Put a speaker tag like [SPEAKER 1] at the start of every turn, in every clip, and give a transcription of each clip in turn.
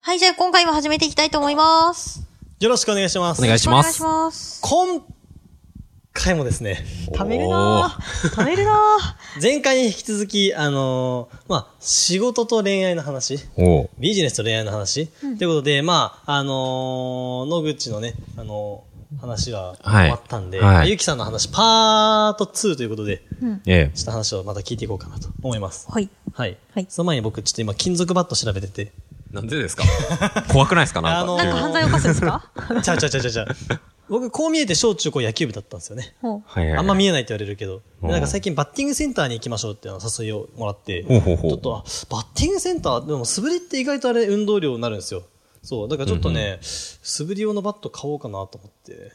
[SPEAKER 1] はい、じゃあ今回も始めていきたいと思います。
[SPEAKER 2] よろしくお願いします。
[SPEAKER 3] お願いし
[SPEAKER 1] お
[SPEAKER 3] ます
[SPEAKER 1] 願いします。
[SPEAKER 2] 今回もですね、
[SPEAKER 1] 貯めるなぁ。貯めるなぁ。
[SPEAKER 2] 前回に引き続き、あのーまあ、仕事と恋愛の話、
[SPEAKER 3] おう
[SPEAKER 2] ビジネスと恋愛の話、ということで、まあ、あのー野口のね、あのー話は
[SPEAKER 3] はい
[SPEAKER 2] 終わったんで、
[SPEAKER 3] はい
[SPEAKER 2] ゆきさんの話、パート2ということで、
[SPEAKER 3] ええ。
[SPEAKER 2] ちょっと話をまた聞いていこうかなと思います。
[SPEAKER 1] はい。
[SPEAKER 2] はい。
[SPEAKER 1] はい
[SPEAKER 2] その前に僕、ちょっと今、金属バット調べ てて、
[SPEAKER 3] なんでですか 怖くないですかなんか。
[SPEAKER 2] あ
[SPEAKER 1] なん
[SPEAKER 2] の
[SPEAKER 1] か犯罪を犯すんです か
[SPEAKER 2] ちゃうちゃうちゃうちゃうちゃう。僕、こう見えて小中高野球部だったんですよね。
[SPEAKER 1] ほう。
[SPEAKER 3] はいはい。
[SPEAKER 2] あんま見えないって言われるけど、
[SPEAKER 3] うん
[SPEAKER 2] なんか最近バッティングセンターに行きましょうっていうのを誘いをもらって、
[SPEAKER 3] ほうほうほう
[SPEAKER 2] ちょっと、あバッティングセンター、でも素振りって意外とあれ運動量になるんですよ。そう、だからちょっとね、素振り用のバット買おうかなと思って、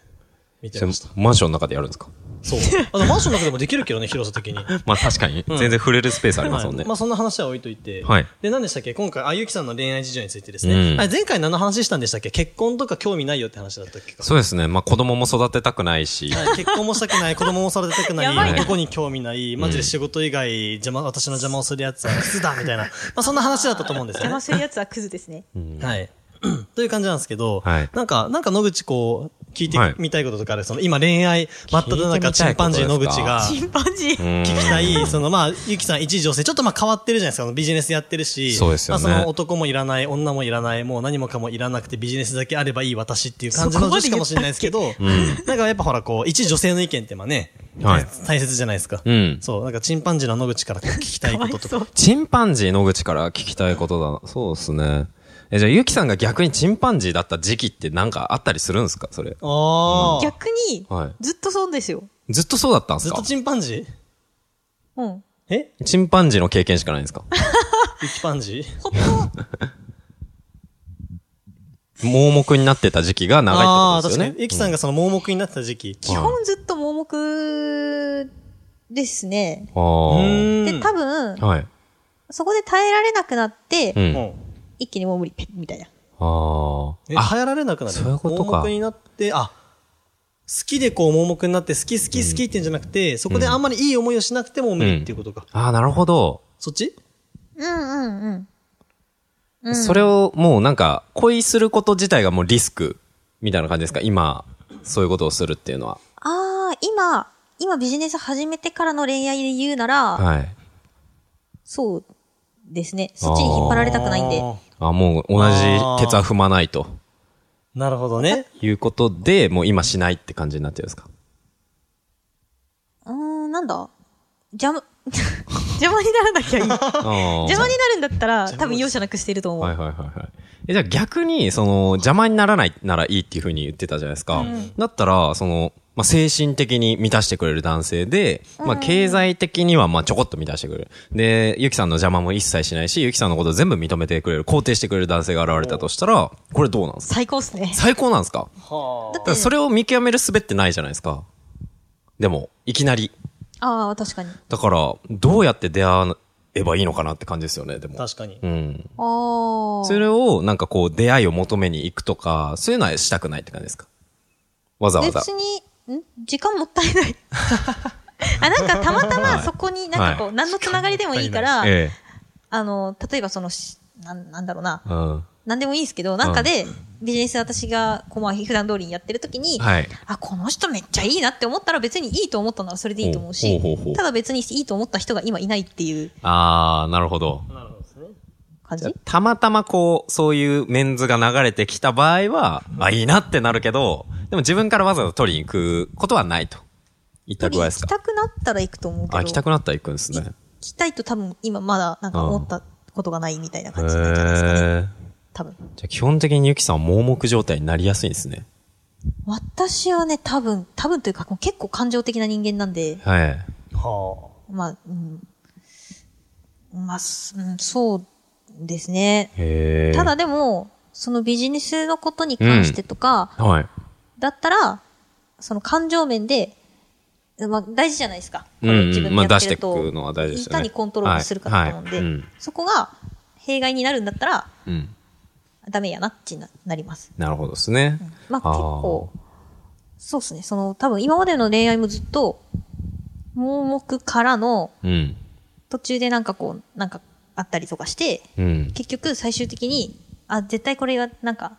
[SPEAKER 2] 見てました。
[SPEAKER 3] マンションの中でやるんですか
[SPEAKER 2] そう。あの、マンションの中でもできるけどね、広さ的に。
[SPEAKER 3] まあ確かに。全然触れるスペースありますもん
[SPEAKER 2] は
[SPEAKER 3] ね
[SPEAKER 2] いま。あそんな話は置いといて。
[SPEAKER 3] はい
[SPEAKER 2] で、何でしたっけ今回、あゆきさんの恋愛事情についてですね。
[SPEAKER 3] うん
[SPEAKER 2] あれ前回何の話したんでしたっけ結婚とか興味ないよって話だったっけか。
[SPEAKER 3] そうですね。まあ子供も育てたくないし。
[SPEAKER 2] はい結婚もしたくない、子供も育てたくな
[SPEAKER 1] やば
[SPEAKER 2] い、
[SPEAKER 1] い
[SPEAKER 2] 男に興味ない、マジで仕事以外、邪魔、私の邪魔をするやつはクズだ、みたい な。まあ、そんな話だったと思うんです
[SPEAKER 1] 邪
[SPEAKER 2] よね
[SPEAKER 1] 魔。するやつはクズですね。
[SPEAKER 2] はい。 という感じなんですけど、
[SPEAKER 3] はい
[SPEAKER 2] なんか、なんか野口こう、聞いて
[SPEAKER 3] はい
[SPEAKER 2] みたいこととかある、その今恋愛、真っ只中、チンパンジー野口が、
[SPEAKER 1] チンパンジー。
[SPEAKER 3] うん
[SPEAKER 2] 聞きたい、そのまあ、ゆきさん一女性、ちょっとまあ変わってるじゃないですか、あのビジネスやってるし、
[SPEAKER 3] そうですよね
[SPEAKER 2] まあその男もいらない、女もいらない、もう何もかもいらなくてビジネスだけあればいい私っていう感じの
[SPEAKER 1] そこま
[SPEAKER 2] 女
[SPEAKER 1] で
[SPEAKER 2] 子
[SPEAKER 1] 言ったっ
[SPEAKER 2] かも
[SPEAKER 1] け
[SPEAKER 2] しれないですけど、なんかやっぱほらこう、一女性の意見ってまあね、
[SPEAKER 3] はい
[SPEAKER 2] 大切じゃないですか。
[SPEAKER 3] うん
[SPEAKER 2] そう、なんかチンパンジーの野口からこう聞きたい
[SPEAKER 1] か
[SPEAKER 2] こ
[SPEAKER 1] わい
[SPEAKER 2] とと
[SPEAKER 1] そ
[SPEAKER 2] か。
[SPEAKER 1] う。
[SPEAKER 3] チンパンジー野口から聞きたいことだな。そうですね。え、じゃあゆきさんが逆にチンパンジーだった時期ってなんかあったりするんですかそれ。
[SPEAKER 2] ああ、
[SPEAKER 1] 逆に
[SPEAKER 3] はい、
[SPEAKER 1] ずっとそうですよ。
[SPEAKER 3] ずっとそうだったんで
[SPEAKER 2] ずっ
[SPEAKER 3] すか
[SPEAKER 2] とチンパンジー
[SPEAKER 1] うん。
[SPEAKER 2] え
[SPEAKER 3] チンパンジーの経験しかないんですか
[SPEAKER 2] ゆきパンジー
[SPEAKER 1] ほっと、
[SPEAKER 3] 盲目になってた時期が長
[SPEAKER 2] あ
[SPEAKER 3] いっ
[SPEAKER 2] あー、
[SPEAKER 3] て
[SPEAKER 2] 確
[SPEAKER 3] ことですよ
[SPEAKER 2] か
[SPEAKER 3] ね
[SPEAKER 2] に。。ゆきさんがその盲目になってた時期。
[SPEAKER 1] 基本ずっと盲目ですね。
[SPEAKER 2] う
[SPEAKER 3] あ
[SPEAKER 2] ーん
[SPEAKER 1] で、多分
[SPEAKER 3] あ。、はい。
[SPEAKER 1] そこで耐えられなくなって、
[SPEAKER 3] うん。あ
[SPEAKER 2] うん
[SPEAKER 1] 一気にもう無理、ペッみたいな。
[SPEAKER 3] あ。
[SPEAKER 2] え、
[SPEAKER 3] あ、
[SPEAKER 2] 流行られなくなる。
[SPEAKER 3] そういうことか
[SPEAKER 2] 盲目になって、あ、好きでこう盲目になって、好き好き好きってんじゃなくて、そこであんまりいい思いをしなくても無理っていうことか。
[SPEAKER 3] ああ、なるほど。
[SPEAKER 2] そっち
[SPEAKER 1] うんうんうん。
[SPEAKER 3] それをもうなんか、恋すること自体がもうリスクみたいな感じですか今、そういうことをするっていうのは。
[SPEAKER 1] ああ、今、今ビジネス始めてからの恋愛で言うなら、
[SPEAKER 3] はい。
[SPEAKER 1] そうですね。そっちに引っ張られたくないんで。
[SPEAKER 2] あ
[SPEAKER 3] あもう同じ鉄は踏まないと
[SPEAKER 2] ーなるほどね。
[SPEAKER 3] いうことで、もう今しないって感じになってるんですか
[SPEAKER 1] うーん、なんだ邪魔、 邪魔にならなきゃいい。邪
[SPEAKER 3] 邪
[SPEAKER 1] 魔になるんだったら、多分容赦なくしてると思う。
[SPEAKER 3] はいはいはいはい。え、じゃあ逆に、その、邪魔にならないならいいっていうふうに言ってたじゃないですか。だったら、その、まあ、精神的に満たしてくれる男性で、まあ、経済的には、まあ、ちょこっと満たしてくれる。で、ゆきさんの邪魔も一切しないし、ゆきさんのことを全部認めてくれる、肯定してくれる男性が現れたとしたら、これどうなんですか
[SPEAKER 1] 最高っす ね。
[SPEAKER 3] 最高なんですか
[SPEAKER 2] は
[SPEAKER 3] だからそれを見極める術ってないじゃないですか。でも、いきなり。
[SPEAKER 1] ああ、確かに。
[SPEAKER 3] だから、どうやって出会えばいいのかなって感じですよね、で
[SPEAKER 2] あ
[SPEAKER 3] も。
[SPEAKER 2] 確かに
[SPEAKER 3] う。ん。
[SPEAKER 1] ああ。
[SPEAKER 3] それを、なんかこう、出会いを求めに行くとか、そういうのはしたくないって感じですかわざわざ
[SPEAKER 1] 別。に、ん時間もったいない。 あ、なんかたまたまそこになんかこう、
[SPEAKER 3] は
[SPEAKER 1] 何のつながりでもいいから、
[SPEAKER 3] え
[SPEAKER 1] あの、例えばその、しなんなんだろうな
[SPEAKER 3] え。。うん。
[SPEAKER 1] なんでもいいんですけど、なんかで、ビジネス私が、こう、まあ、普段通りにやってる時に、
[SPEAKER 3] はい
[SPEAKER 1] あ、この人めっちゃいいなって思ったら別にいいと思ったならそれでいいと思うし、
[SPEAKER 3] ほうほうほう
[SPEAKER 1] ただ別にいいと思った人が今いないっていう
[SPEAKER 3] あー、なるほど。
[SPEAKER 2] なるほどですね。
[SPEAKER 1] 感じ
[SPEAKER 3] たまたまこう、そういうメンズが流れてきた場合は、あ、いいなってなるけど、でも自分からわざわざ取りに行くことはないと。一
[SPEAKER 1] 取
[SPEAKER 3] 択
[SPEAKER 1] り
[SPEAKER 3] は
[SPEAKER 1] 行
[SPEAKER 3] です
[SPEAKER 1] き
[SPEAKER 3] か
[SPEAKER 1] たくなったら行くと思うけど、
[SPEAKER 3] あ、行きたくなったら行くんですね。
[SPEAKER 1] 行きたいと多分今まだなんか思ったことがないみたいな
[SPEAKER 3] へ
[SPEAKER 1] 感じなんじゃないですかね。
[SPEAKER 3] ー。
[SPEAKER 1] 多分。
[SPEAKER 3] じゃあ基本的にゆきさんは盲目状態になりやすいんですね。
[SPEAKER 1] 私はね、多分、多分というかもう結構感情的な人間なんで、
[SPEAKER 3] はい。
[SPEAKER 2] は
[SPEAKER 1] まあ、うん、まあ、すうんそうですね。
[SPEAKER 3] へー
[SPEAKER 1] ただ、でも、そのビジネスのことに関してとか、
[SPEAKER 3] はい。
[SPEAKER 1] だったら、その感情面で、まあ大事じゃないですか。
[SPEAKER 3] うん
[SPEAKER 1] こ
[SPEAKER 3] う
[SPEAKER 1] れ
[SPEAKER 3] ん
[SPEAKER 1] 自分でやってると、
[SPEAKER 3] まあ出してくのは大事ですよね
[SPEAKER 1] いかにコントロールするかだと思うんで、
[SPEAKER 3] はいはいうん
[SPEAKER 1] そこが弊害になるんだったら、
[SPEAKER 3] うん。
[SPEAKER 1] ダメやなってななります。
[SPEAKER 3] なるほどですね。
[SPEAKER 1] まあ結構、そうですね。その多分今までの恋愛もずっと、盲目からの
[SPEAKER 3] あー。うん。
[SPEAKER 1] 途中でなんかこう、なんかあったりとかして、
[SPEAKER 3] うん。
[SPEAKER 1] 結局最終的に、あ、絶対これはなんか、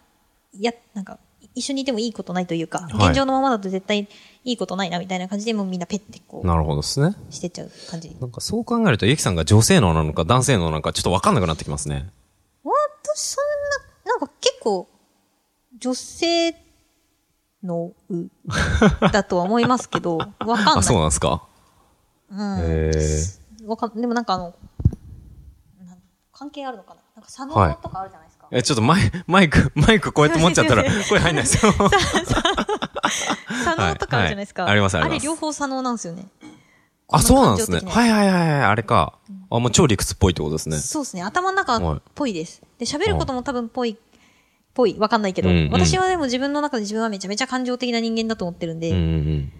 [SPEAKER 1] いや、なんか、一緒にいてもいいことないというか、
[SPEAKER 3] はい
[SPEAKER 1] 現状のままだと絶対いいことないなみたいな感じでもうみんなペッてこ
[SPEAKER 3] なるほどですね。
[SPEAKER 1] う、してっちゃう感じ。
[SPEAKER 3] なんかそう考えると、ゆきさんが女性脳なのか男性脳なのかちょっとわかんなくなってきますね。
[SPEAKER 1] 私そんな、なんか結構、女性のうだとは思いますけ ど、わかん
[SPEAKER 3] あ、
[SPEAKER 1] な
[SPEAKER 3] そう
[SPEAKER 1] い。
[SPEAKER 3] なんですか
[SPEAKER 1] うん。
[SPEAKER 3] へえ。
[SPEAKER 1] わかん、でもなんかあの、なん関係あるのかななんか佐野
[SPEAKER 3] はい
[SPEAKER 1] とかあるじゃないですか。
[SPEAKER 3] え、ちょっとマイマイク、 マイクこうやって持っちゃった ら声入んないですよ。
[SPEAKER 1] 佐野とかあるじゃないですか。
[SPEAKER 3] はいはいありますあります
[SPEAKER 1] あれ両方佐野なんですよね。
[SPEAKER 3] あ、そうなんですね。
[SPEAKER 1] こ
[SPEAKER 3] はいはいはいはい、あれか。あ、もう超理屈っぽいってことですね。
[SPEAKER 1] そうですね。頭の中
[SPEAKER 3] はい
[SPEAKER 1] っぽいです。で、喋ることも多分ぽい、ぽい。わかんないけど、
[SPEAKER 3] うんうん
[SPEAKER 1] 私はでも自分の中で自分はめちゃめちゃ感情的な人間だと思ってるんで、
[SPEAKER 3] うんうん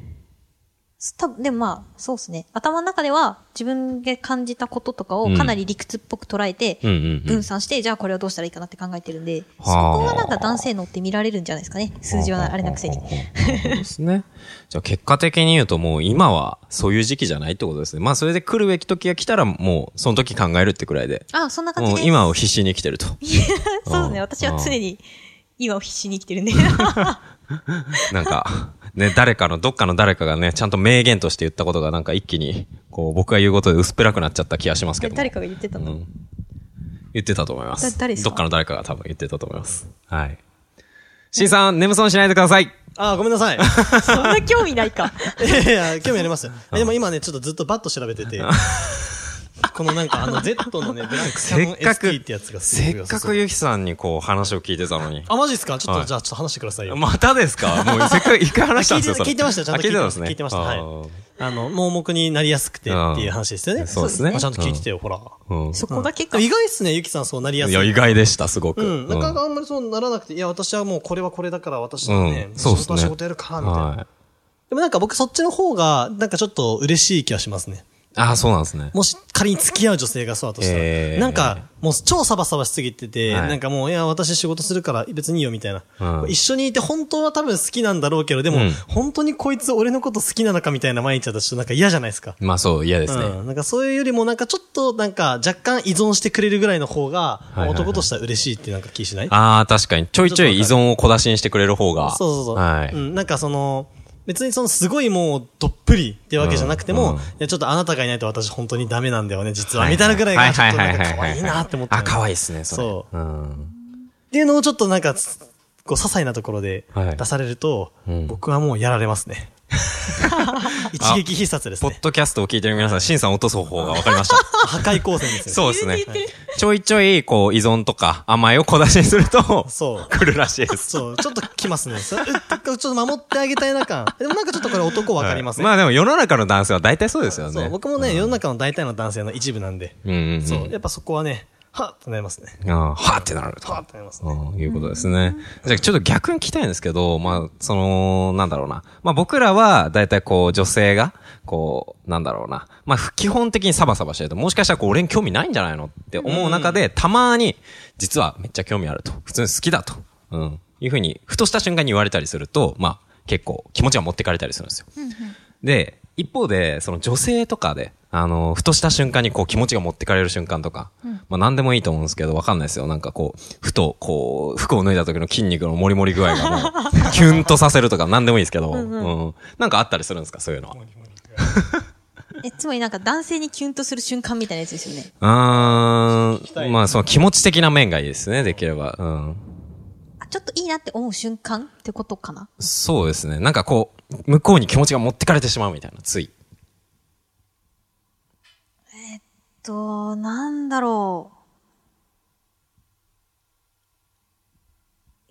[SPEAKER 1] 多分でもまあ、そうですね。頭の中では自分が感じたこととかをかなり理屈っぽく捉えて、
[SPEAKER 3] うん。うんうんうん
[SPEAKER 1] 分。散して、じゃあこれはどうしたらいいかなって考えてるんで、そ
[SPEAKER 3] はあ
[SPEAKER 1] こがなんか男性のって見られるんじゃないですかね。数字はあれなくせに。
[SPEAKER 3] そうですね。じゃあ結果的に言うともう今はそういう時期じゃないってことですね。まあそれで来るべき時が来たらもうその時考えるってくらいで。
[SPEAKER 1] あ、そんな感じ
[SPEAKER 3] もう
[SPEAKER 1] で。
[SPEAKER 3] 今を必死に生きてると。
[SPEAKER 1] そうですね。
[SPEAKER 3] うん
[SPEAKER 1] 私は常に今を必死に生きてるんで。
[SPEAKER 3] なんか、ね、誰かの、どっかの誰かがね、ちゃんと名言として言ったことがなんか一気に、こう僕が言うことで薄っぺらくなっちゃった気がしますけど も。
[SPEAKER 1] 誰かが言ってた
[SPEAKER 3] う
[SPEAKER 1] の。
[SPEAKER 3] ん、言ってたと思いま
[SPEAKER 1] だ
[SPEAKER 3] す。
[SPEAKER 1] 誰ですか
[SPEAKER 3] どっかの誰かが多分言ってたと思います。はい。C さん、眠そうにしないでください。
[SPEAKER 2] あー、ごめんな さい。
[SPEAKER 1] そんな興味ないか。
[SPEAKER 2] いやいや、興味ありますよ。でも今ね、ちょっとずっとバッと調べて て、このなんかあの Z のね、ブラックサ
[SPEAKER 3] せ
[SPEAKER 2] モン
[SPEAKER 3] っかく
[SPEAKER 2] ST ってやつが、すごい
[SPEAKER 3] せっ
[SPEAKER 2] 良
[SPEAKER 3] か
[SPEAKER 2] さそう
[SPEAKER 3] くゆきさんにこう話を聞いてたのに。
[SPEAKER 2] あ、マジですかちょっ
[SPEAKER 3] は
[SPEAKER 2] と
[SPEAKER 3] い
[SPEAKER 2] じゃあちょっと話してくださいよ。
[SPEAKER 3] またで すかもうせっかく一回話したんですよ、
[SPEAKER 2] あ
[SPEAKER 3] それ
[SPEAKER 2] 聞いて聞いてましたよちゃんと
[SPEAKER 3] あ聞いてたんですね。
[SPEAKER 2] 聞いてました
[SPEAKER 3] あ
[SPEAKER 2] はい
[SPEAKER 3] ー
[SPEAKER 2] あの、盲目になりやすくてっていう話ですよ
[SPEAKER 3] うん
[SPEAKER 2] ね。
[SPEAKER 3] そうですね
[SPEAKER 2] あちゃんと聞いてたよ、ほら。
[SPEAKER 3] うん
[SPEAKER 1] そこが結構
[SPEAKER 2] 意外っすね、ゆきさんそうなりやす
[SPEAKER 3] い
[SPEAKER 2] い。
[SPEAKER 3] や、意外でした、すごく。
[SPEAKER 2] うん、なかなかあんまりそうならなくて、いや、私はもうこれはこれだから、私はね、
[SPEAKER 3] うん
[SPEAKER 2] 仕
[SPEAKER 3] そうっすね
[SPEAKER 2] 事は仕事やるから、みたいな。
[SPEAKER 3] はい。
[SPEAKER 2] でもなんか僕そっちの方が、なんかちょっと嬉しい気がしますね。
[SPEAKER 3] ああ、そうなんですね。
[SPEAKER 2] もし仮に付き合う女性がそうだとしたら、
[SPEAKER 3] えー
[SPEAKER 2] なんかもう超サバサバしすぎてて、
[SPEAKER 3] はい
[SPEAKER 2] なんかもう、いや、私仕事するから別にいいよみたいな、
[SPEAKER 3] うん
[SPEAKER 2] 一緒にいて本当は多分好きなんだろうけど、でも、
[SPEAKER 3] うん
[SPEAKER 2] 本当にこいつ俺のこと好きなのかみたいな毎日だとちょっとなんか嫌じゃないですか。
[SPEAKER 3] まあそう、嫌ですね。
[SPEAKER 2] うん、なんかそういうよりもなんかちょっとなんか若干依存してくれるぐらいの方が、
[SPEAKER 3] いはいはい
[SPEAKER 2] 男としては嬉しいってなんか気しない
[SPEAKER 3] ああ、確かに。ちょいちょい依存を小出しにしてくれる方が。
[SPEAKER 2] そうそうそう。
[SPEAKER 3] はい。
[SPEAKER 2] うん、なんかその、別にそのすごいもうどっぷりってわけじゃなくても、
[SPEAKER 3] うんうん
[SPEAKER 2] いやちょっとあなたがいないと私本当にダメなんだよね、実は。
[SPEAKER 3] はい
[SPEAKER 2] みたいなぐらい
[SPEAKER 3] は
[SPEAKER 2] が
[SPEAKER 3] い
[SPEAKER 2] ちょ
[SPEAKER 3] は
[SPEAKER 2] っ
[SPEAKER 3] い
[SPEAKER 2] と
[SPEAKER 3] は
[SPEAKER 2] ないん
[SPEAKER 3] は
[SPEAKER 2] か
[SPEAKER 3] い
[SPEAKER 2] 可
[SPEAKER 3] はい。
[SPEAKER 2] 愛いなって思って、
[SPEAKER 3] あ、可愛い
[SPEAKER 2] っ
[SPEAKER 3] ですね、それ。
[SPEAKER 2] そう
[SPEAKER 3] うん。
[SPEAKER 2] ていうのをちょっとなんか、つこう、些細なところで
[SPEAKER 3] はい
[SPEAKER 2] 出されると、
[SPEAKER 3] うん
[SPEAKER 2] 僕はもうやられます ね。一撃必殺です
[SPEAKER 3] ポッ
[SPEAKER 2] ね。
[SPEAKER 3] ドキャストを聞いてる皆さん、シンさん落とす方法が分かり ました。
[SPEAKER 2] 破壊光線ですよね。
[SPEAKER 3] そうですね。ちょいちょい、こう、依存とか甘えを小出しにすると、
[SPEAKER 2] そう
[SPEAKER 3] 来るらしいです。
[SPEAKER 2] そう、ちょっと来ますね。そううちょっと守ってあげたいな感。でもなんかちょっとこれ男わかりますね。
[SPEAKER 3] はいまあでも世の中の男性は大体そうですよね。
[SPEAKER 2] そう、僕もね、世の中の大体の男性の一部なんで、
[SPEAKER 3] うんうんうん。
[SPEAKER 2] そう、やっぱそこはね、はっとなりますね。
[SPEAKER 3] あーはーってなると。
[SPEAKER 2] はっとなりますね。
[SPEAKER 3] うんいうことですね。じゃあちょっと逆に聞きたいんですけど、まあ、その、なんだろうな。まあ僕らは、だいたいこう、女性が、こう、なんだろうな。まあ基本的にサバサバしてると、もしかしたらこう、俺に興味ないんじゃないのって思う中で、たまに、実はめっちゃ興味あると。普通に好きだと。うん。いうふうに、ふとした瞬間に言われたりすると、まあ、結構気持ちは持ってかれたりするんですよ。で、一方で、その女性とかで、あの、ふとした瞬間にこう気持ちが持ってかれる瞬間とか、まあ何でもいいと思うんですけど、わかんないですよ。なんかこう、ふと、こう、服を脱いだ時の筋肉のモリモリ具合がも う、キュンとさせるとか何でもいいですけど、うん。なんかあったりするんですか、そういうのは。
[SPEAKER 1] え、つまりなんか男性にキュンとする瞬間みたいなやつですよね。
[SPEAKER 3] うーん。まあその気持ち的な面がいいですね、できれば。うん。
[SPEAKER 1] あ、ちょっといいなって思う瞬間ってことかな
[SPEAKER 3] そうですね。なんかこう、向こうに気持ちが持ってかれてしまうみたいな、つい。
[SPEAKER 1] と、なんだろ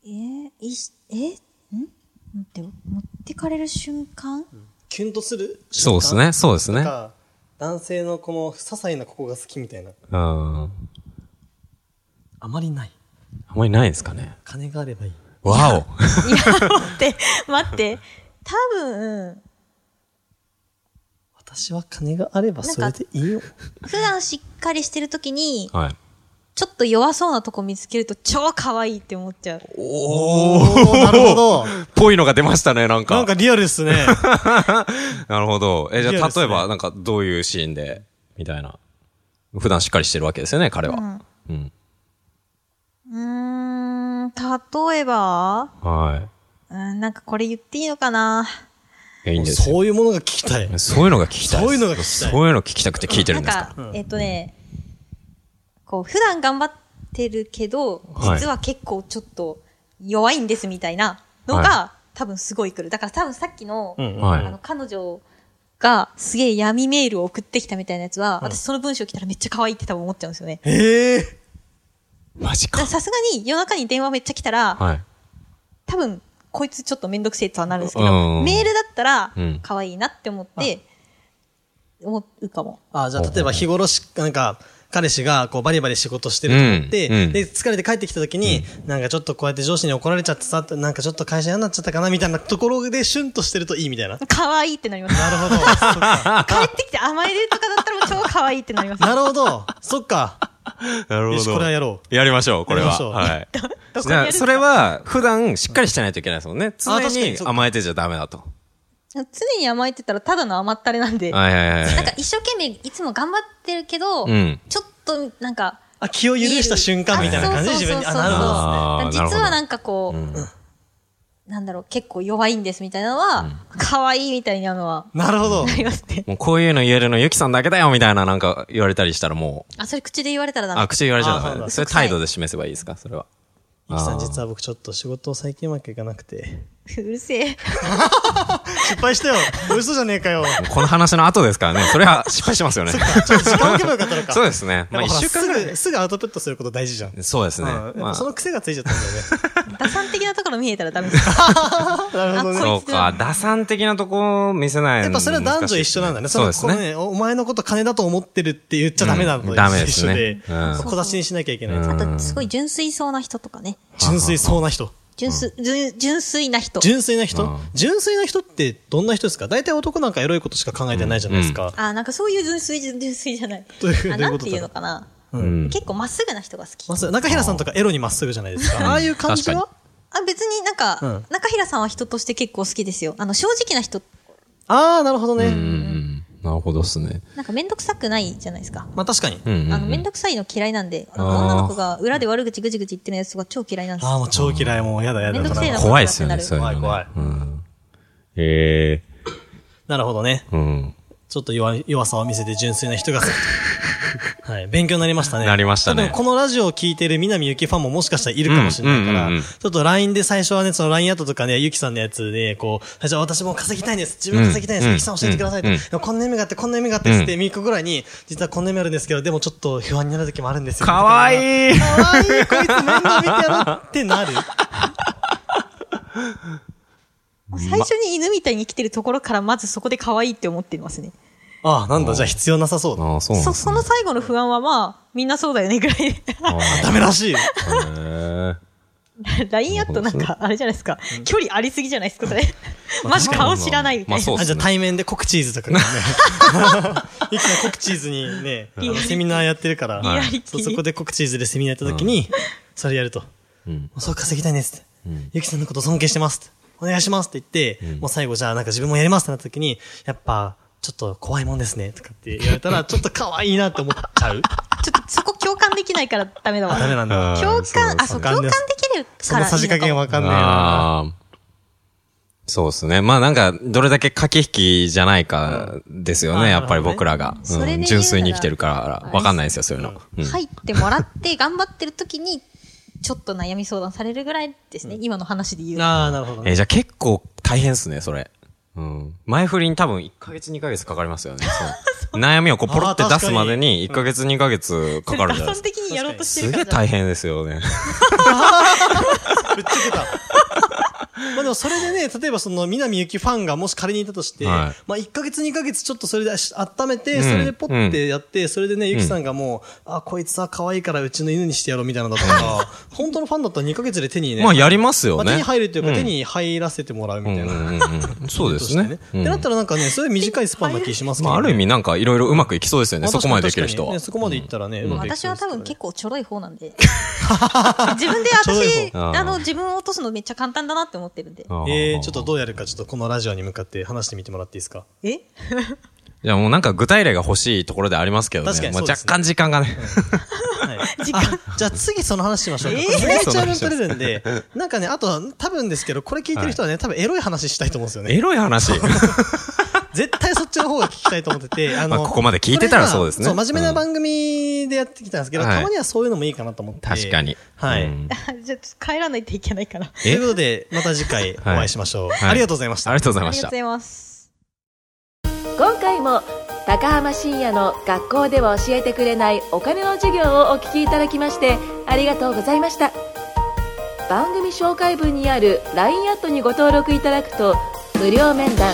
[SPEAKER 1] う。えー、いし、えん待ってよ。持ってかれる瞬間
[SPEAKER 2] キュンとする
[SPEAKER 3] そうです。ね、そうです
[SPEAKER 2] な
[SPEAKER 3] ね
[SPEAKER 2] ん。か、男性のこの些細なここが好きみたいな。
[SPEAKER 3] うん。
[SPEAKER 2] あまりない。
[SPEAKER 3] あんまりないんですかね。
[SPEAKER 2] 金があればいい。
[SPEAKER 3] わ
[SPEAKER 1] いや、待って、待って。多分、
[SPEAKER 2] 私は金があればそれでいいよ。
[SPEAKER 1] 普段しっかりしてるときに
[SPEAKER 3] お、はい。
[SPEAKER 1] ちょっと弱そうなとこ見つけると超可愛いって思っちゃう。
[SPEAKER 2] おーなるほど。
[SPEAKER 3] ぽいのが出ましたね、なんか。
[SPEAKER 2] なんかリアルですね。
[SPEAKER 3] なるほど。え、じ
[SPEAKER 2] リアル
[SPEAKER 3] ゃあ
[SPEAKER 2] ですね
[SPEAKER 3] 例えば、なんかどういうシーンで、みたいな。普段しっかりしてるわけですよね、彼は。うん。
[SPEAKER 1] うーん、例えば、
[SPEAKER 3] は。
[SPEAKER 1] うん、なんかこれ言っていいのかない
[SPEAKER 3] いやいいんですよ。
[SPEAKER 2] そういうものが聞きたい。
[SPEAKER 3] そういうのが聞きたいです。
[SPEAKER 2] そういうのが聞きたい
[SPEAKER 3] そういうの聞きたくて聞いてるんです
[SPEAKER 1] なん
[SPEAKER 3] か
[SPEAKER 1] か、えっとね、こう、普段頑張ってるけど、
[SPEAKER 3] はい
[SPEAKER 1] 実は結構ちょっと弱いんですみたいなのが、
[SPEAKER 3] は
[SPEAKER 1] 多分すごい来る。だから多分さっきの、
[SPEAKER 2] うんうん。
[SPEAKER 3] はい
[SPEAKER 1] あの、彼女がすげえ闇メールを送ってきたみたいなやつは、私その文章来たらめっちゃ可愛いって多分思っちゃうんですよね。
[SPEAKER 2] へえ。
[SPEAKER 3] マジ
[SPEAKER 1] だから。さすがに夜中に電話めっちゃ来たら、
[SPEAKER 3] はい。
[SPEAKER 1] 多分、こいつちょっとめんどくせえとはなるんですけど、
[SPEAKER 3] うん
[SPEAKER 1] メールだったら
[SPEAKER 3] うん、
[SPEAKER 1] 可愛いなって思って、思うかも。
[SPEAKER 2] あ、じゃあ例えば日頃し、なんか、彼氏がこうバリバリ仕事してると思って、
[SPEAKER 3] うんうん
[SPEAKER 2] で、疲れて帰ってきた時に、なんかちょっとこうやって上司に怒られちゃってさ、なんかちょっと会社嫌になっちゃったかなみたいなところでシュンとしてるといいみたいな。
[SPEAKER 1] 可愛いってなります。
[SPEAKER 2] なるほど。 そっか。
[SPEAKER 1] 帰ってきて甘えるとかだったらもう超可愛い ってなります。
[SPEAKER 2] なるほど。そっか。
[SPEAKER 3] なる
[SPEAKER 2] よし、これはやろう。
[SPEAKER 3] やりましょう、これは。
[SPEAKER 2] やりましょう
[SPEAKER 3] はい。
[SPEAKER 1] どこ
[SPEAKER 3] じ
[SPEAKER 1] にやる
[SPEAKER 3] ゃ
[SPEAKER 1] ん
[SPEAKER 3] あ、
[SPEAKER 1] です
[SPEAKER 3] そ
[SPEAKER 1] か
[SPEAKER 3] れは、普段しっかりしてないといけないですもんね。常
[SPEAKER 2] 確かに
[SPEAKER 3] に
[SPEAKER 2] そうか
[SPEAKER 3] 甘えてちゃダメだと。
[SPEAKER 1] 常に甘えてたらただの甘ったれなんで、
[SPEAKER 3] はいはいはいは
[SPEAKER 1] なんか
[SPEAKER 3] い。
[SPEAKER 1] 一生懸命いつも頑張ってるけど、
[SPEAKER 3] うん
[SPEAKER 1] ちょっとなんか、
[SPEAKER 2] あ、気を許した瞬間みたいな感じで
[SPEAKER 1] あ
[SPEAKER 2] 自分に。
[SPEAKER 1] そう
[SPEAKER 2] あ、
[SPEAKER 1] そう
[SPEAKER 2] なる
[SPEAKER 1] そうそ
[SPEAKER 2] ほ
[SPEAKER 1] う
[SPEAKER 2] ど。
[SPEAKER 3] あーなるほど
[SPEAKER 1] 実はなんかこう、なんだろう、結構弱いんですみたいなのは、可愛いみたいなのは、
[SPEAKER 2] なるほど
[SPEAKER 1] あ。りますね。
[SPEAKER 3] もうこういうの言えるのゆきさんだけだよ、みたいななんか言われたりしたらもう、
[SPEAKER 1] あ、それ口で言われたらダメ
[SPEAKER 3] あ、。口言われちゃ
[SPEAKER 2] あそう
[SPEAKER 3] ダ
[SPEAKER 2] だ
[SPEAKER 3] メ。それ態度で示せばいいですか、それは。
[SPEAKER 2] ゆきさん、実は僕ちょっと仕事を最近うまくいかなくて。
[SPEAKER 1] うるせえ。
[SPEAKER 2] 失敗したよ。嘘じゃねえかよ。
[SPEAKER 3] この話の後ですからね、それは失敗しま すよね。
[SPEAKER 2] ちょっと時間置けばよかったのか。
[SPEAKER 3] そうですね。まあ
[SPEAKER 2] でも
[SPEAKER 3] 一
[SPEAKER 2] ほら
[SPEAKER 3] 週間ぐら
[SPEAKER 2] すぐ、すぐアウトプットすること大事じゃん。
[SPEAKER 3] い。そうですね。
[SPEAKER 2] うんやっ
[SPEAKER 3] ま
[SPEAKER 2] ぱ
[SPEAKER 3] あ、
[SPEAKER 2] そ
[SPEAKER 3] そ
[SPEAKER 2] の癖がついちゃったん
[SPEAKER 1] 打算的なところ見えたらダメです。
[SPEAKER 2] だ よね。なるほどね。
[SPEAKER 3] うか、打算的なとこを見せない
[SPEAKER 2] や
[SPEAKER 3] の
[SPEAKER 2] っぱ
[SPEAKER 3] 難しいで
[SPEAKER 2] そ
[SPEAKER 3] すね。
[SPEAKER 2] れは男女一緒なんだね。
[SPEAKER 3] そうです
[SPEAKER 2] の
[SPEAKER 3] ね
[SPEAKER 2] こ。おお前のこと金だと思ってるって言っちゃダメなのと
[SPEAKER 3] うんダメですね
[SPEAKER 2] 一緒
[SPEAKER 3] うん
[SPEAKER 2] そう小出しにしなきゃいけない。
[SPEAKER 3] うん
[SPEAKER 1] あと、すごい純粋そうな人とかね。
[SPEAKER 2] 純粋そうな人。
[SPEAKER 1] 純粋、純純粋な人。
[SPEAKER 2] 純粋な人、
[SPEAKER 3] うん
[SPEAKER 2] 純粋な人ってどんな人ですか大体男なんかエロいことしか考えてないじゃないですか。
[SPEAKER 1] あ、なんかそういう純粋、純粋じゃない。
[SPEAKER 2] どういう
[SPEAKER 1] あ、
[SPEAKER 2] どういう
[SPEAKER 1] な
[SPEAKER 2] こ
[SPEAKER 1] ん
[SPEAKER 2] と
[SPEAKER 1] て
[SPEAKER 2] だろう
[SPEAKER 1] いうのかな。
[SPEAKER 3] うん。
[SPEAKER 1] 結構まっすぐな人が好き。
[SPEAKER 2] まず、中平さんとかエロにまっすぐじゃないですか。ああいう感じは
[SPEAKER 3] 確
[SPEAKER 1] あ、別になんか、
[SPEAKER 2] うん
[SPEAKER 1] 中平さんは人として結構好きですよ。あの、正直な人、
[SPEAKER 2] ああ、なるほどね。
[SPEAKER 3] うんうん。なるほどっすね。
[SPEAKER 1] なんかめんどくさくないじゃないですか。
[SPEAKER 2] まあ確かに。
[SPEAKER 3] うんうんうん。
[SPEAKER 1] あの、めんどくさいの嫌いなんで、
[SPEAKER 3] あー
[SPEAKER 1] 女の子が裏で悪口ぐじぐじ言ってるやつとか超嫌いなんです
[SPEAKER 2] ああ、
[SPEAKER 1] よ。
[SPEAKER 2] もう超嫌い。もうやだやだ。
[SPEAKER 1] めんどくせえな
[SPEAKER 3] 怖いですよね、そういうの、ね。
[SPEAKER 2] 怖い
[SPEAKER 3] 怖い。うん。え
[SPEAKER 2] なるほどね。
[SPEAKER 3] えうん。
[SPEAKER 2] ちょっと弱い弱さを見せて純粋な人が好き と。はい。勉強になりましたね。
[SPEAKER 3] なりましたね
[SPEAKER 2] 多分このラジオを聞いている南ゆきファンももしかしたらいるかもしれないから、
[SPEAKER 3] うんうんうんうん
[SPEAKER 2] ちょっと LINE で最初はね、その LINE アートとかね、ゆきさんのやつで、こう、じゃあ私も稼ぎたいんです。自分稼ぎたいんです。
[SPEAKER 3] うん
[SPEAKER 2] ゆきさん教えてくださいと。
[SPEAKER 3] うんうん
[SPEAKER 2] でもこんな夢があって、こんな夢があってっつって、
[SPEAKER 3] う
[SPEAKER 2] 3日ぐらいに、実はこんな夢あるんですけど、でもちょっと不安になる時もあるんですよ。
[SPEAKER 3] かわ
[SPEAKER 2] い
[SPEAKER 3] いい
[SPEAKER 2] かわいいこいつ面倒見てやろうってな る。
[SPEAKER 1] もう最初に犬みたいに生きてるところからまずそこで可愛いって思ってますね。
[SPEAKER 2] ああ、なんだ、じゃあ必要なさそうだ。
[SPEAKER 3] ああ、そうなん
[SPEAKER 1] そ、
[SPEAKER 3] です
[SPEAKER 1] そ
[SPEAKER 3] ね。
[SPEAKER 1] の最後の不安はまあ、みんなそうだよねぐらいで。
[SPEAKER 2] ダメらしいよ。
[SPEAKER 3] へえ
[SPEAKER 1] LINE アットなんか、あれじゃないですか。距離ありすぎじゃないですか、それ。 まず顔知らないみたい
[SPEAKER 3] まあそう
[SPEAKER 1] な。
[SPEAKER 3] で
[SPEAKER 2] あ、
[SPEAKER 3] す
[SPEAKER 2] じ
[SPEAKER 3] ね
[SPEAKER 2] ゃあ対面でコクチーズ とかね。いつもコクチーズにね、あのセミナーやってるから、
[SPEAKER 1] アリティ
[SPEAKER 2] そうそこでコクチーズでセミナーやった時に、それやると。
[SPEAKER 3] うん。
[SPEAKER 2] そう稼ぎたいんですって。ゆきさんのこと尊敬してますって。お願いしますって言って、もう最後じゃあなんか自分もやりますってなった時に、やっぱ、ちょっと怖いもんですねとかって言われた ら、ちょっと可愛いなって思っちゃう。
[SPEAKER 1] ちょっとそこ共感できないからダメだわ。
[SPEAKER 2] ダメなんだ。
[SPEAKER 1] 共
[SPEAKER 3] そう
[SPEAKER 1] 感、あ、
[SPEAKER 3] そ
[SPEAKER 1] そうう、
[SPEAKER 2] そ
[SPEAKER 1] 共
[SPEAKER 2] う
[SPEAKER 1] 感できる
[SPEAKER 2] そ
[SPEAKER 1] か
[SPEAKER 2] の
[SPEAKER 1] らいいのかも。
[SPEAKER 2] さじ加減わかんねえな。
[SPEAKER 3] ああ。そうですね。まあなんか、どれだけ駆け引きじゃないかですよ
[SPEAKER 2] うん
[SPEAKER 3] ね、やっぱり
[SPEAKER 2] なるほ
[SPEAKER 3] 僕らが。
[SPEAKER 1] それで言う
[SPEAKER 3] う、
[SPEAKER 1] んなら
[SPEAKER 3] 純粋に生きてるから、わかんないですよ、そういうの。うん
[SPEAKER 1] 入ってもらって頑張ってる時に、ちょっと悩み相談されるぐらいですね。今の話で言うと。
[SPEAKER 2] ああ、なるほど
[SPEAKER 3] え
[SPEAKER 2] ね。
[SPEAKER 3] ーじゃあ結構大変っすね、それ。うん。前振りに多分1ヶ月2ヶ月かかりますよね。そ う悩みをこうポロって出すまでに1ヶ月2ヶ月かかるじゃないで
[SPEAKER 1] 打算
[SPEAKER 3] すか。
[SPEAKER 1] 的にやろうとして
[SPEAKER 3] す
[SPEAKER 1] るか
[SPEAKER 3] げえ
[SPEAKER 1] ら。
[SPEAKER 3] 大変ですよね。
[SPEAKER 2] ぶっちゃけた。まあでももそれでね、例えばその、南ゆきファンがもし仮にいたとして、
[SPEAKER 3] はい
[SPEAKER 2] まあ、1ヶ月2ヶ月ちょっとそれでし温め
[SPEAKER 3] う
[SPEAKER 2] て、
[SPEAKER 3] ん
[SPEAKER 2] それでポッてやって、それでね、ゆきさんがもう、あ、こいつは可愛いからうちの犬にしてやろうみたいなのだったら、本当のファンだったら2ヶ月で手にね、
[SPEAKER 3] まあ、やりますよ
[SPEAKER 2] まあ手に
[SPEAKER 3] ね。
[SPEAKER 2] 入るというか、
[SPEAKER 3] うん
[SPEAKER 2] 手に入らせてもらうみたいな。
[SPEAKER 3] うんうんうんそうです
[SPEAKER 2] と
[SPEAKER 3] ね
[SPEAKER 2] し。て
[SPEAKER 3] うん
[SPEAKER 2] ってなったらなんかね、それ短いスパンな気しますけど、ね。
[SPEAKER 3] まあ、ある意味なんかいろいろうまくいきそうですよね。
[SPEAKER 2] あ
[SPEAKER 3] そ
[SPEAKER 2] 確か
[SPEAKER 3] こ
[SPEAKER 2] に
[SPEAKER 3] までできる人
[SPEAKER 2] 確かに
[SPEAKER 3] は
[SPEAKER 2] ね。そこまでいったらね、うまくいき
[SPEAKER 1] 私
[SPEAKER 2] そう
[SPEAKER 1] は
[SPEAKER 2] で
[SPEAKER 1] 多
[SPEAKER 2] すからね
[SPEAKER 1] 分結構ちょろい方なんで。自分で
[SPEAKER 2] ちょろい
[SPEAKER 1] 私、
[SPEAKER 3] 方
[SPEAKER 1] あの、自分を落とすのめっちゃ簡単だなって思ってるんで。
[SPEAKER 3] ああ
[SPEAKER 2] えー、ちょっとどうやるか、ちょっとこのラジオに向かって話してみてもらっていいですか。
[SPEAKER 1] え
[SPEAKER 3] いや、もうなんか具体例が欲しいところではありますけどね。
[SPEAKER 2] 確かに
[SPEAKER 3] まあ
[SPEAKER 2] そうですね
[SPEAKER 3] 若干時間がね。
[SPEAKER 2] はい。
[SPEAKER 1] 時間
[SPEAKER 2] あじゃあ次その話しましょうか。
[SPEAKER 1] え
[SPEAKER 2] め
[SPEAKER 1] ー
[SPEAKER 2] っちゃ分取れるん で、なんかね、あと多分ですけど、これ聞いてる人はね、多分エロい話したいと思うんですよ
[SPEAKER 3] エ
[SPEAKER 2] ね。
[SPEAKER 3] ロ い話。
[SPEAKER 2] 絶対そっちの方が聞きたいと思って て、あ
[SPEAKER 3] まあここまで聞いてたらそうですね
[SPEAKER 2] これはそう、真面目な番組でやってきたんですけど、
[SPEAKER 3] うん
[SPEAKER 2] たまにはそういうのもいいかなと思って。
[SPEAKER 3] 確かに。
[SPEAKER 2] はい
[SPEAKER 3] うん
[SPEAKER 1] じゃあ帰らないといけないから。
[SPEAKER 2] ということで、また次回お会いしましょう。
[SPEAKER 3] はい
[SPEAKER 2] ありがとうございました
[SPEAKER 3] あ。りがとうご
[SPEAKER 1] あ
[SPEAKER 3] ざいま
[SPEAKER 1] り
[SPEAKER 3] し
[SPEAKER 1] がとうご
[SPEAKER 3] た
[SPEAKER 1] ざ。います。
[SPEAKER 4] 今回も高浜深也の学校では教えてくれないお金の授業をお聞きいただきましてありがとうございました番組紹介文にある LINE アットにご登録いただくと無料面談